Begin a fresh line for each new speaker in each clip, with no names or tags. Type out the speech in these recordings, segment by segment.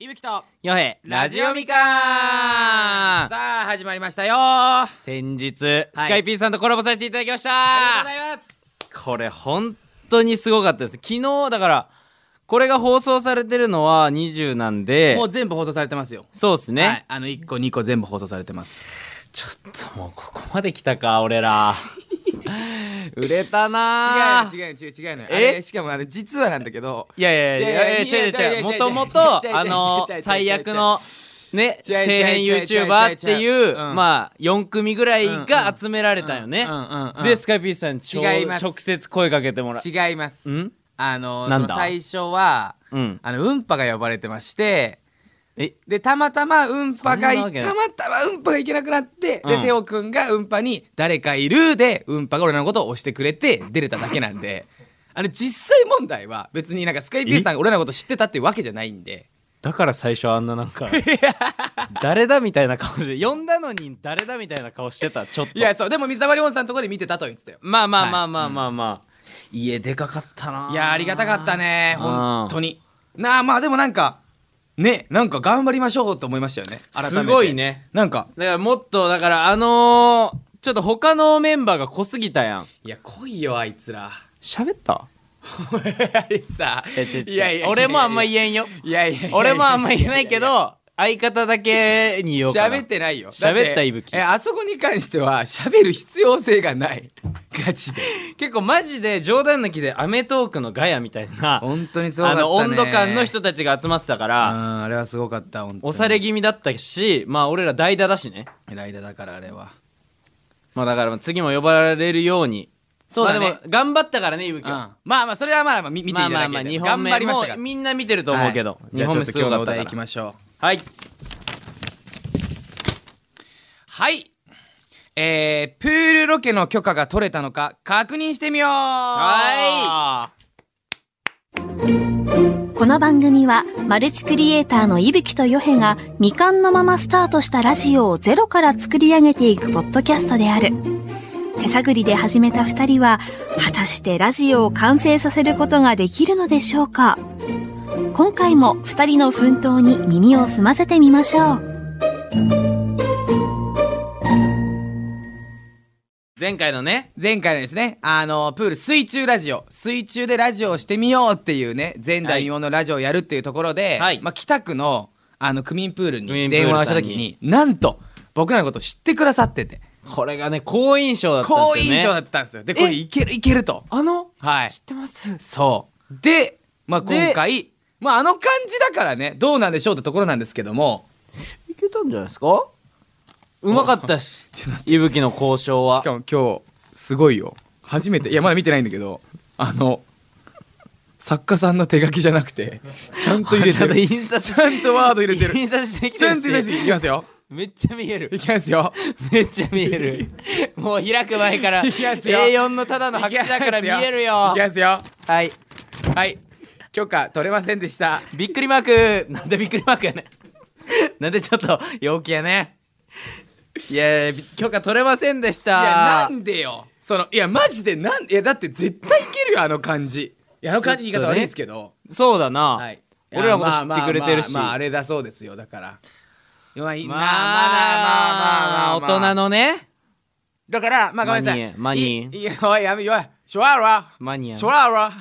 いぶきと
よへラジオミカ
さ
ー
あ始まりましたよあ
先日、スカイピーさんとコラボさせていただきました
りがとうございます
これ本当にすごかったです昨日だからこれが放送されてるのは20なんで
もう全部放送されてますよ
そうですね、
はい、あの1個2個全部放送されてます
ちょっともうここまで来たか 俺ら売れたな
違う
う
よ違うよ違うよ違うのよ
え
あれしかもあれ実はなんだけど
いやいやい
い
やい
や
や
いや
違う違う違
いやいやいや
うもと
違
も
う違う
と
違う違う違う
あの
違う違う
最悪のね
違う違
底
う
辺
違う違う
YouTuber って
違う違
いうう
うん
まあ4組ぐらいが集められたよね、
うんうんうん
でスカイピースさんにちょ
違います
直接声かけてもらう
違います
ん
あの
な
そ
ん
の
だ
最初は
うん
あの運波が呼ばれてまして
え
でたまたま運波がい
そんなわけない
たまたま運波がいけなくなって、
う
で
ん
テオくんが運波に「誰かいる」で運波が俺らのことを押してくれて出れただけなんで あの実際問題は別になんかスカイピースさんが俺らのこと知ってたっていうわけじゃないんで
だから最初あんななんか誰だみたいな顔して呼んだのに誰だみたいな顔してたちょっと
いやそうでも水溜りボンドさんのところで見てたと言ってたよ
まあまあまあまあまあまあ、家でかかったないい
やありがたかったね
うん
本当になあまあでもなんかねなんか頑張りましょうと思いましたよね改めて
すごいね
なんか
だからもっとだからあのー、ちょっと他のメンバーが濃すぎたやん
いや来いよあいつら
喋った
あいつさ
えちょちょ俺もあんま言えんよ
いやいやいやいや
俺もあんま言えないけど相方だけに言おうかな
喋ってないよ
喋った
だて
いぶき
えあそこに関しては喋る必要性がない ガチで
結構マジで冗談抜きで『アメトーーク』のガヤみたいな
本当にそうだ
あ
ったね
の温度感の人たちが集まってたか
うん
ら
あれはすごかった本当に
押され気味だったしまあ俺ら代打だしね
ライダーだからあれは
まあだから次も呼ばれるように
そうだね
まあでも頑張ったからね伊吹
うん
は
まあまあそれはまあまあみ見てい
ま
た
あま
だ
あ
け
まあ
で
2
頑
本
張
目
りまし
も
たから
うみんな見てると思うけど
じ
2
ゃあちょ
本目
っ
す
と今
ご
日の
か
お
った
題
か
いき
ら
ましょう
はい
はいはいえー、プールロケの許可が取れたのか確認してみよう
は
この番組はマルチクリエイターの伊吹とヨヘが未完のままスタートしたラジオをゼロから作り上げていくポッドキャストである手探りで始めた二人は果たしてラジオを完成させることができるのでしょうか今回も二人の奮闘に耳を澄ませてみましょう
前回のね
前回のですねあのプール水中ラジオ水中でラジオをしてみようっていうね前代未聞のラジオをやるっていうところで、
はい
まあ、北区のあの区民プール
区民
に
プ
電
ールさんに
話をした時になんと僕らのこと知ってくださってて
これがね好印象だったん
好
ですよ
印
ね
象だったんですよでこれ
え
いけるいけると
あの
はい
知ってます
そうで、まあ、
で
今回まあ、あの感じだからねどうなんでしょうってところなんですけども
いけたんじゃないですかうまかった し伊吹の交渉は
しかも今日すごいよ初めていやまだ見てないんだけどあの作家さんの手書きじゃなくてちゃんと入れ
ち
て
ゃんと
る
印刷
ちゃんとワード入れてる。
印刷してき
ち
て
ゃ
る
ん
し
と出していきますよ。
めっちゃ見える
いきますよ。
めっちゃ見え るもう開く前から
いきますよ
A4 のただの白紙だから見えるよ
いきますよ。
はい
はい。許可取れませんでした。
びっくりマークなんでびっくりマークやねん なんでちょっと陽気やねいや許可取れませんでした
いやなんでよ。そのいやマジでなんいやだって絶対いけるよあの感じ。いやあの感じ言い方悪いんですけど。
そうだな、
はい。
俺らのこと知ってくれてるし
まあまあまあまああれだそうですよだから。まあまあ
まあまあまあまあ大人
の。
のね
だからまあごめんなさい。
マニ
いいやおいやめよい。ショワラ。
マニアン
ショワラ。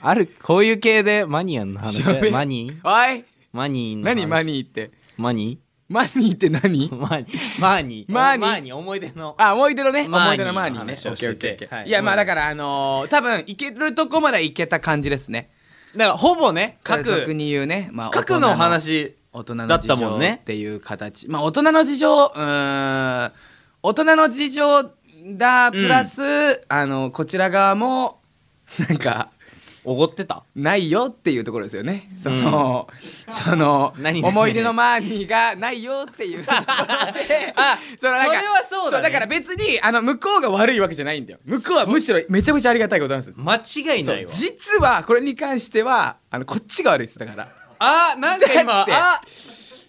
あるこういう系でマニアンの話
喋
マニー
おい。
マニーの話
何マニーって。
マニ
マニーって何
ー？マニマニー
マニー
マニー思い出の
あ、思い出のね。
マーニー
思い出のマーニーね。
話
オ
を
ッケーオ
し
ッケーオ
て
ッケ
て
ー。
はい
い、や、まあだから、あのー、多分行けるとこまで行けた感じですね。
だからほぼね各
特に言うね。まあ、
各のお。話
大人の
だ
大
っ
人の
た
事
もん
情
ね
っていう形。まあ、大人の事情、うーん、大人の事情だ、プラス、あの、こちら側も、なんか、
おごってた
ないよっていうところですよね。その、その
何々
思い出のマーニーがないよっていうところで
あ
のなんか
それはそうだね
から別にあの向こうが悪いわけじゃないんだよ。向こうはむしろめちゃくちゃありがたいことなんです。
間違い
そ
ないうわ
実はこれに関してはあのこっちが悪いですだから
あなんか今
だって
あ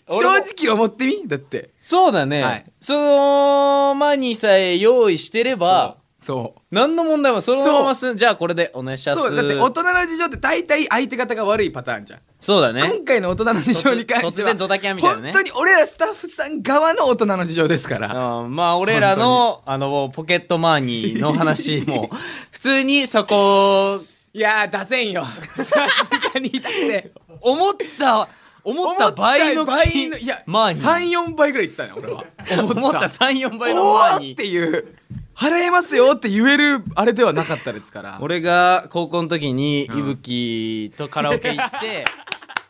正
俺も
直思ってみだって
そうだね、
はい
そのマニーさえ用意してれば
そうそう
何の問題もそのまますんじゃあこれでお願いします
そうだって大人の事情って大体相手方が悪いパターンじゃん、
そうだね
今回の大人の事情に関しては
突然ドタキャンみたいなね
本当に俺らスタッフさん側の大人の事情ですから
うんまあ俺らのあのポケットマーニーの話 も普通にそこ
いやー出せん よさすがに出せん
思った思った倍の
思った倍のいや
マーニー
34倍ぐらい言ってたね俺は
思った34倍の
お
マ
わ
ー
ー
ニ
っ
ー
ていう払えますよって言えるあれではなかったですから
俺が高校の時にいぶきとカラオケ行 って、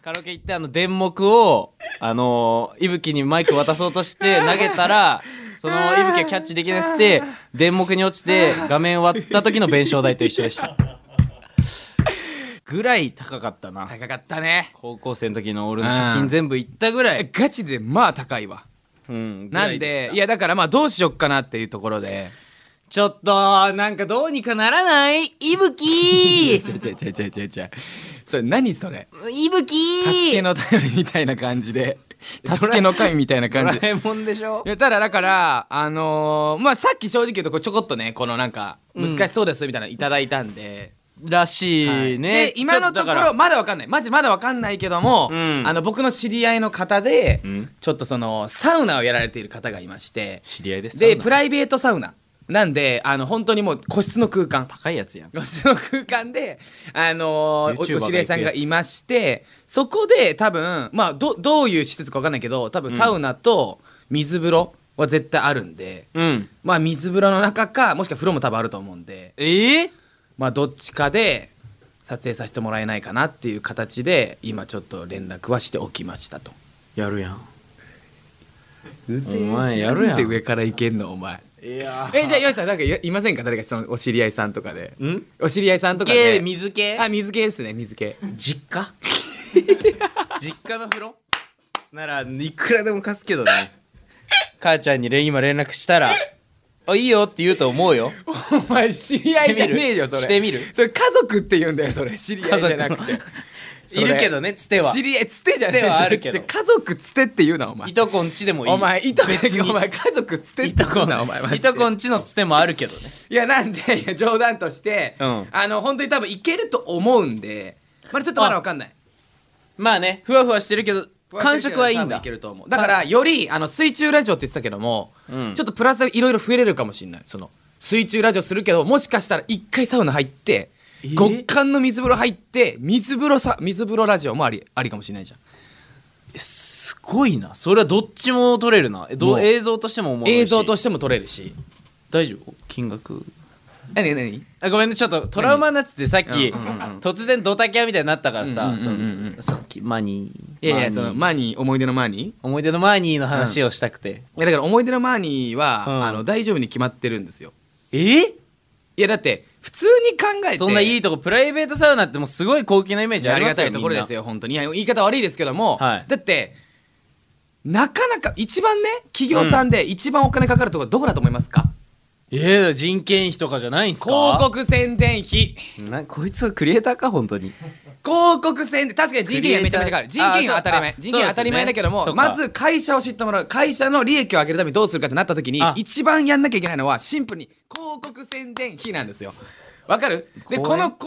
カラオケ行ってあの電目をあのいぶきにマイク渡そうと して投げたらそのいぶきがキャッチできなくて電目に落ちて画面割った時の弁償台と一緒で したぐらい高かったな
高かったね
高校生の時の俺の貯金全部いったぐらい、
ガチでまあ高いわ
うん、ぐ
な
ら
ん
い
で
した
いやだからまあどうしよっかなっていうところで
ちょっとなんかどうにかならないいぶ き
ちゃちゃちゃちゃちゃちゃそれ何それ
いぶ
助
き
けの頼りみたいな感じで助けの神みたいな
ド
感
ラ
じで
えもんでしょ
いやただだからあのーまあさっき正直言うとこうちょこっとねこのなんか難しそうですみたいなのいただいたんで、
らしいね、
で今のとこ
ちょっだから
ろまだわかんないマジまだわかんないけども、
うん
あの僕の知り合いの方で、
ん
ちょっとそのサウナをやられている方がいまして
知り合いです
でプ
ラ
ライベートサウナなんであの本当にもう個室の空間
高いやつやん
個室の空間で、あのー
YouTuber
おお知り合いさんがいましてそこで多分まあどどういう施設かわかんないけど多分サウナと水風呂は絶対あるんで、
うん
まあ水風呂の中かもしくは風呂も多分あると思うんで。
ええ
まあ、どっちかで撮影させてもらえないかなっていう形で今ちょっと連絡はしておきましたと
やるやん
お
えお前やるやん
で上からいけんのお前
いや
えじゃあ岩井さんなんかいいませんか誰かそのお知り合いさんとかで
ん
お知り合いさんとか
系
で
水系
あ水系ですね水系
実 家実家の風呂ならいくらでも貸すけどね母ちゃんにれ今連絡したら「あいいよ」って言うと思うよ
お前知り合いじゃねえよそれ
してみる
それ家族って言うんだよそれ知り合いじゃなくて
家 いるけどねつては
知り合いつてじゃねえ
つてはあるけど
家族つてって言うなお前
いとこんちでもいい
お前いとこ
別に
お前家族つてっ
い
て
と
言
こ
うなお前マジ
い
で
とこんちのつてもあるけどね
いやなんでいや冗談として、
うん
あの本当に多分いけると思うんでまだちょっとまだわかんない
まあねふわふわしてるけど感触はいいん
多分
だ
いけると思うだからよりあの水中ラジオって言ってたけども、
うん
ちょっとプラスいろいろ増えれるかもしれないその水中ラジオするけどもしかしたら一回サウナ入って、
え
極寒の水風呂入って水風呂さ水風呂ラジオもありありかもしれないじゃん
すごいなそれはどっちも撮れるなえど
も
う
う
映像としても面白いし
映像としても撮れるし
大丈夫金額
何何
あごめんねちょっとトラウマになっててさっき、
うんうんうん
突然ドタキャンみたいになったから
うん
さ
うんうん
その
うん
そのきマニー
いやいや
マニー
そのマーニー思い出のマーニーい
思い出のマーニーの話をしたくて、
やだから思い出のマーニーは、
うん
あの大丈夫に決まってるんですよ
え
いやだって普通に考えて
そんないいとこプライベートサウナってもうすごい高級なイメージあ
あ
り
り
ま
が
す
た
よ
いところです
よ
よ本当にいや言い方悪いですけども、
はい
だってなかなか一番ね企業さんで一番お金かかるところどこだと思いますか、
ええ人件費とかじゃないんすか
広告宣伝費
なこいつはクリエイターか本当に
広告宣伝確かに人件費はめちゃめちゃかかる
クリ
人
エイター
件費は当たり前
あそう
人件費は当たり前だけども、
そうですね
まず会社を知ってもらう会社の利益を上げるためにどうするかってなった時に
あ
一番やんなきゃいけないのはシンプルに広告宣伝費なんですよわかるで
公
こ
演
の広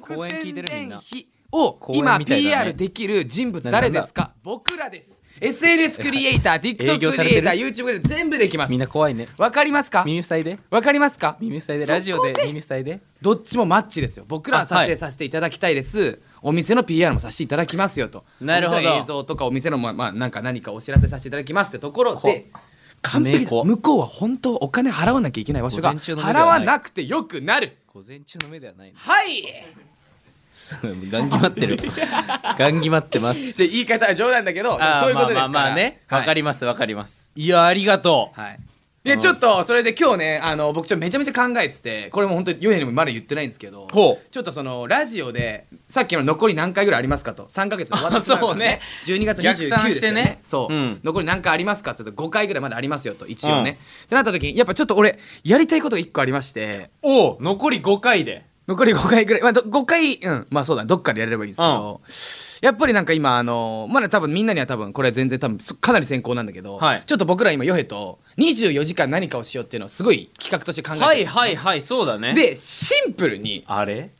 告
公演聞い
宣
てるみ
伝
んな
費を
公演
今
みたいだね
PR できる人物誰ですか僕らです SNS クリエイター TikTok
営業さ
ク
れ
リエ
て
イ
る
ター YouTube で全部できます
みんな怖いね
わかりますか
耳塞いで
わかりますか
耳塞いで
そこ
ラジオで耳塞いで
どっちもマッチですよ僕らは
あ
撮
はい
影させていただきたいです、お店の PR もさせていただきますよと
なるほど
お店の映像とかお店の、まあまあ、なんか何かお知らせさせていただきますってところで
こ
完璧
ね
だ
こ
向こうは本当お金払わなきゃいけない場所
午
が
前中の目で
払
はない
わなくてよくなる
午前中の目ではない
はい
ガンギマってるガンギマってます
って言い方は冗談だけどそういうことですから
まあまあまあねわ、
はい
かりますわかりますいやありがとう
はいでちょっとそれで今日ねあの僕ちょっとめちゃめちゃ考えててこれも本当にヨヘにもまだ言ってないんですけど
ほう
ちょっとそのラジオでさっきの残り何回ぐらいありますかと3か月で終わってしまうからね12月29
逆
日
算
で
し
す
て
よ
ね
ねそう、
うん
残り何回ありますかって言うと5回ぐらいまでありますよと一応ね、ってなった時にやっぱちょっと俺やりたいことが1個ありまして
お残り5回で
残り5回ぐらい、まあ、ど5回うんまあそうだどっかでやれればいいんですけど、やっぱりなんか今あのまだ多分みんなには多分これ全然多分そかなり先行なんだけど、
はい
ちょっと僕ら今ヨヘと24時間何かをしようっていうのをすごい企画として考えてる
はいはいはいそうだね
でシンプルに
あれ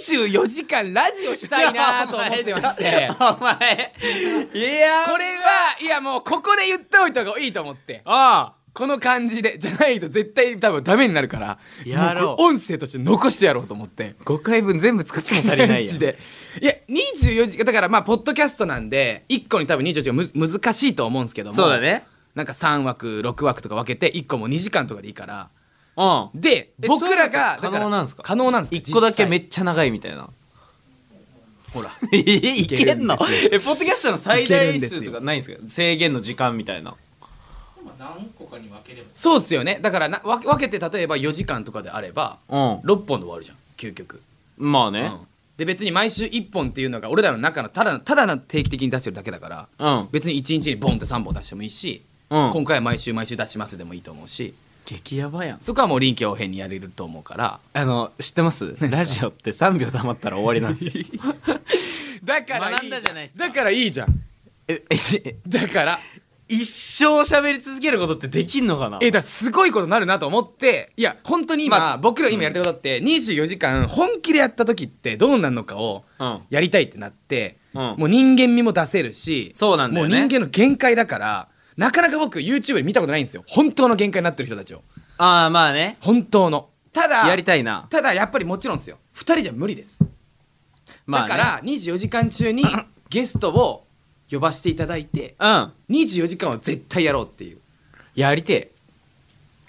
24時間ラジオしたいなと思ってまし
い
て
やお前ちょいや
これはいやもうここで言っておいた方がいいと思って
あ
この感じでじゃないと絶対多分ダメになるから
やろう
もこれ音声として残してやろうと思って
あ5回分全部作っても足りない
マ
や
ジ
ん
でいや24時間だからまあポッドキャストなんで1個に多分24時間む難しいと思うんですけども
そうだね
なんか3枠6枠とか分けて1個も2時間とかでいいから
うん
で
え
僕らが
そうい
だら
うのって可能なんすか
可能なんです
一個だけめ
っち
っちゃ長いみたいな
ゃほら
え いけんの
いけるんです
えポッドキャストの最大
いけるんで
数
す
と
よ
かないんですか制限の時間みたいな
そうっすよねだからなわ分けて例えば4時間とかであれば
うん
6本で終わるじゃん究極、
まあ
う
ね
んで別に毎週1本っていうのが俺らの中のただのただの定期的に出してるだけだから
うん
別に1日にボンって3本出してもいいし、
うん、
今回は毎週毎週出しますでもいいと思うし
激ヤバやん
そこはもう臨機応変にやれると思うから
あの知ってますラジオって3秒黙ったら終わりなんです よ
だから
ら
い
い
い
い学んだじゃないですか
だからいいじゃん
ええ
だから
一生喋り続けることってできんのかな
えだからすごいことになるなと思っていや本当に今、
まあ
僕ら今やりたいことって24時間本気でやった時ってどうなるのかを
うん
やりたいってなって、
うん
もう人間味も出せるし
そうなんだよね
もう人間の限界だからなかなか僕 YouTube で見たことないんですよ本当の限界になってる人たちを
ああまあね
本当のただ
やりたいな
ただやっぱりもちろんですよ2人じゃ無理です、
ま
だ
あ
から24時間中にゲストを呼ばせていただいて
らうん
24時間は絶対やろうっていう
やりてえ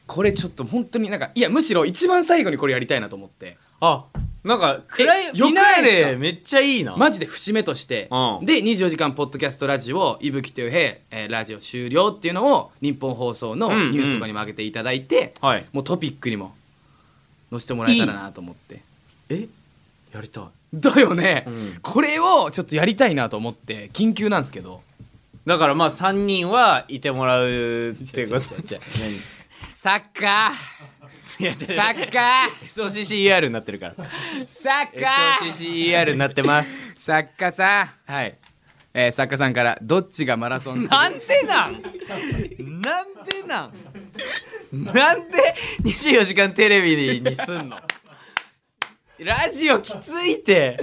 これちょっと本当になんかいやむしろ一番最後にこれやりたいなと思って
あなんか暗い
えよ
見
くな
ないい
ですか
でめっちゃいいな
マジで節目として、
うん
で24時間ポッドキャストラジオ「いぶきというへ、えーラジオ終了」っていうのを日本放送の
うんうん
ニュースとかにも上げていただいて、
はい
もうトピックにも載せてもらえたらなと思って
えやりたい
だよね、
うん
これをちょっとやりたいなと思って緊急なんですけど
だからまあ3人はいてもらうっていうこと
違うサッカ
違う違う
ーサッカー
SOCCER になってるから
サッカー
SOCCER になってます
作家さん、
はい
えー、作家さんからどっちがマラソンする
なんでなんなんでなんなんで24時間テレビにすんのラジオきついて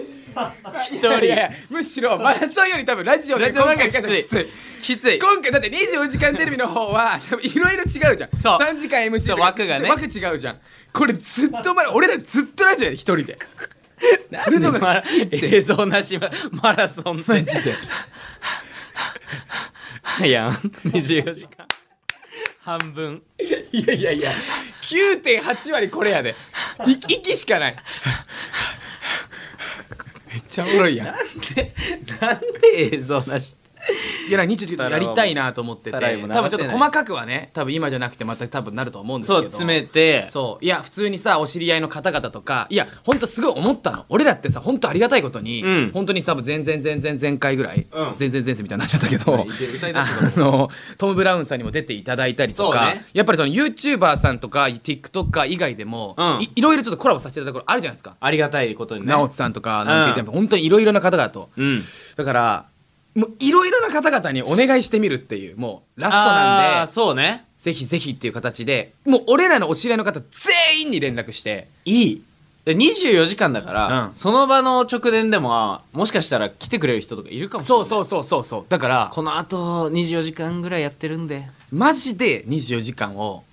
一人
いやいやむしろマラソンより多分ラジオで
ラジオなんか
今回
きついきつい
今回だって24時間テレビの方は多分いろいろ違うじゃん
そう
3時間 MC
そう枠がね
枠違うじゃんこれずっとまだ俺らずっとラジオやで一人でそれの方がきついって
映像なしママラソンマジでいやん24時間半分
いやいやいや9.8割これやでい息しか ないめっちゃおもろいやん
なんで映像なし
いやなんか日中やりたいなと思ってて多
サライも
分
流
ち
せ
ょ
な
っ
い
と細かくはね多分今じゃなくてまた多分なると思うんですけ
そ
ど
う詰めて
そういや普通にさお知り合いの方々とかいやほんとすごい思ったの俺だってさほんとありがたいことに、
うん
本当に多分全然全然前回ぐらい、
うん
全然前世みたいになっちゃったけど、
はい歌い出
あのトム・ブラウンさんにも出ていただいたりとか、
そうね
やっぱりその YouTuber さんとか TikToker 以外でも、
うん
いいろいろちょっとコラボさせていただくことあるじゃないですか
ありがたいことにね
直人さんとかなんて言っても、本当にいろいろな方々と
うん
だからもういろいろな方々にお願いしてみるっていうもうラスト
あ
な
ー
んで
そうね
ぜひぜひっていう形でもう俺らのお知り合いの方全員に連絡して。
いいで24時間だから、
うん
その場の直前でももしかしたら来てくれる人とかいるかもしれ
そ
な
う
い
そううそうそうそうだから
このあと24時間ぐらいやってるんで
マジで24時間を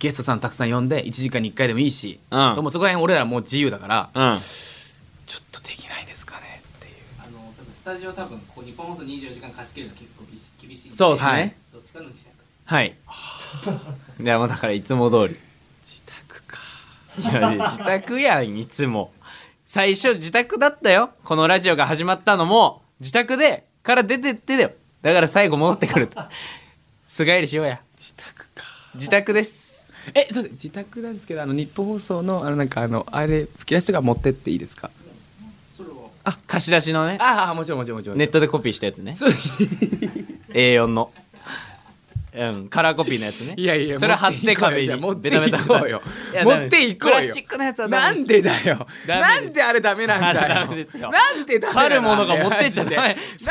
ゲストさんたくさん呼んで1時間に1回でもいいし、
うん
でもそこら辺俺らもう自由だから、
うん
ちょっとできないですかねっていう
あの多分スタジオ多分こう日本放送24時間貸し切るの結構厳し厳しいんで
そうですね、
はい
どっちかの自宅
はい。いや、まあだからいつも通り。
自宅か
いや、自宅やん、いつも。最初自宅だったよ。このラジオが始まったのも、自宅で、から出てってだよ。だから最後戻ってくると。すがりしようや。
自宅か
自宅です。
えすいません自宅なんですけどあの日本放送のあのなんかあのあれ吹き出しとか持ってっていいですか
貸し出しのね、
ああもちろんもちろんもちろん
ネットでコピーしたやつね。
そう
A4 の。うん、カラーコピーのやつね
いやいや
それ貼って壁に
持って
ベ
いこ
タ
うよじ
ベ
ゃ
タ
あ持っていこうよ持っていこうよ
いやダメプラスチックのやつはダ
な
メ
ん
です
でだよ
ダ
な
メです
んであれダメなんだよ
あれダメですよ
なんでダメなの
去るものが持ってっちゃダメ
あれマジ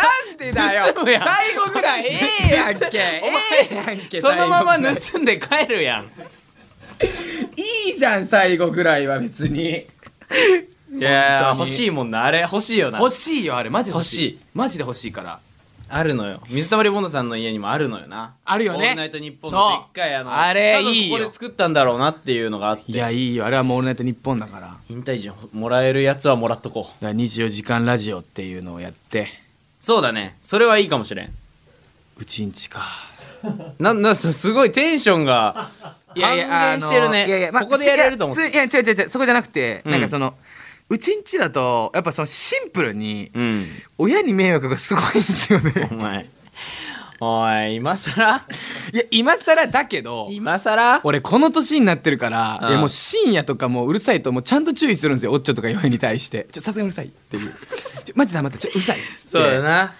でなんでだよ
盗むやん
最後ぐらいええやんけええやんけ
その
最後
まま
ぐらい
盗んで帰るやん
いいじゃん最後ぐらいは別に
いや
本当に
欲しいもんなあれ欲しいよな
欲しいよあれマジで欲しい
欲しい
マジで欲しいから
あるのよ水溜りボンドさんの家にもあるのよな
あるよね
オールナイトニッポンのでっかいあの
そうあれ
多分
いいよ
ここで作ったんだろうなっていうのがあって
いやいいよあれはもう「オールナイトニッポン」だからだか
引退時もらえるやつはもらっとこう
ら24時間ラジオっていうのをやって
そうだねそれはいいかもしれん
うちんちか
なんなんすすごいテンションが半減してる
あのいやい
ね
やまあ
ここでやれると思っ
い
て
やついや違う違う違うそこじゃなくて、
うん
なんかそのうちんちだとやっぱそのシンプルに
うん
親に迷惑がすごいんです よ
お
ね
前おい今さら
いや今更だけど
今さら
俺この年になってるから、
うん
いやもう深夜とかもううるさいともうちゃんと注意するんですよおっちょとか嫁に対して「ちょさすがにうるさい」っていう「ちょマジで黙ってちょうるさい」っつって
そうだな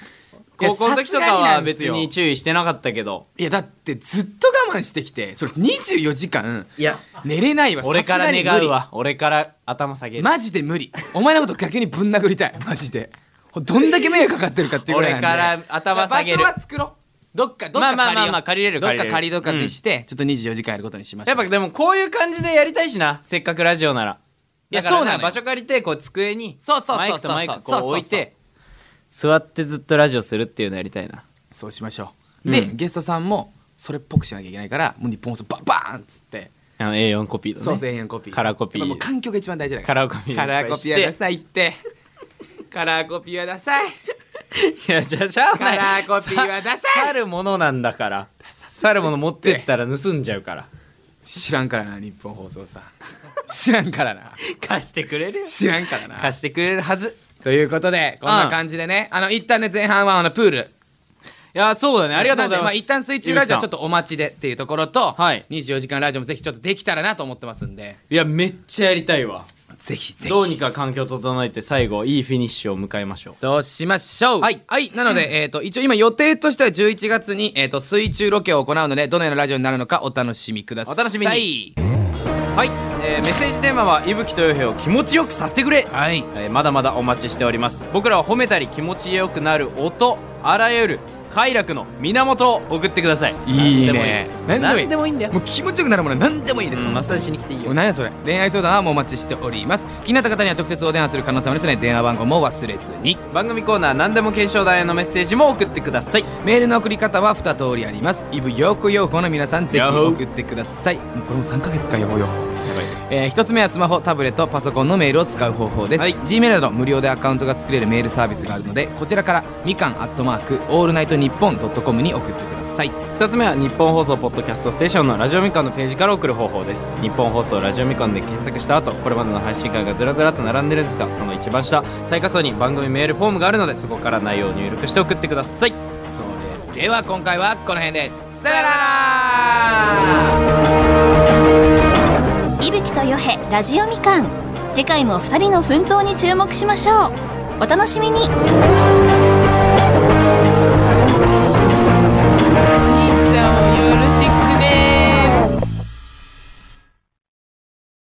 高校の時と
さすが
か
にな
は
んです
別
よ
に注意してなかったけど
いやだってずっと我慢してきてそれ24時間
いや
寝れないわ
俺から
さすがに無理
願うわ俺から頭下げる
マジで無理お前のこと逆にぶん殴りたいマジでどんだけ迷惑かかってるかっていうぐらいなんで
俺から頭下げる
場所は作ろうどっかどっか借りよう、
まあまあまあまあ借りれる
どっ
借りれ
か
る
借りとかにして、ちょっと24時間やることにしまし
や
た
っぱでもこういう感じでやりたいしなせっかくラジオなら
いや
だから
そうなのよ
場所借りてこう机に
そうそうそうそう
マイクとマイクこう置い
そうそうそう
て座ってずっとラジオするっていうのやりたいな
そうしましょ
う
うで、
うん
ゲストさんもそれっぽくしなきゃいけないからもう日本放送バンバーンっつって、
あの A4 コピーのね
そう 千円コピー
カラーコピー
やっぱもう環境が一番大事だから
カラーコピー
カラーコピーはダサい ってカラーコピーはダサい
いやじゃあしゃあない
カラーコピーはダサい
さ去るものなんだから去るもの持ってったら盗んじゃ うから
知らんからな日本放送さん知らんからな
貸してくれるよ
知らんからな
貸してくれるはず
ということでこんな感じでね、あの一旦ね前半はあのプール
いやそうだねありがとうございます、
あ一旦水中ラジオちょっと
と
お待ちでっていうところと、
はい
24時間ラジオもぜひちょっとできたらなと思ってますんで
いやめっちゃやりたいわ
ぜひぜ
どうにか環境整えて最後いいフィニッシュを迎えましょう
そうしましょう
はい
なので、えー、と一応今予定としては11月に、えー、と水中ロケを行うのでどのようなラジオになるのかお楽しみください
お楽しみにはい、えーメッセージテーマは「伊吹とよへを気持ちよくさせてくれ」
はい
えーまだまだお待ちしております僕らは褒めたり気持ちよくなる音あらゆる快楽の源を送ってください
いい
何でも
ね
です
何
何
で
で
も
も
い
い
い
いんだよ
もう気持ちよくなるものは何でもいいです、
うんマッサージしに来ていいよ
何やそれ恋愛相談はもうお待ちしております気になった方には直接お電話する可能性もありますので電話番号も忘れずに
番組コーナー何でも検証台へのメッセージも送ってください
メールの送り方は2通りありますイブヨーコヨーコの皆さんぜひ
ヤホー
送ってくださいもうこれも3ヶ月かヨーコヨーコえ1つ目はスマホタブレットパソコンのメールを使う方法です、
はい
Gmail など無料でアカウントが作れるメールサービスがあるのでこちらからみかんアットマークオールナイトニッポンドットコムに送ってください
2つ目は日本放送ポッドキャストステーションのラジオみかんのページから送る方法です日本放送ラジオみかんで検索した後これまでの配信会がずらずらっと並んでるんですがその一番下最下層に番組メールフォームがあるのでそこから内容を入力して送ってください
それでは今回はこの辺でさよなら
伊吹とよへラジオみかん次回も2人の奮闘に注目しましょうお楽しみに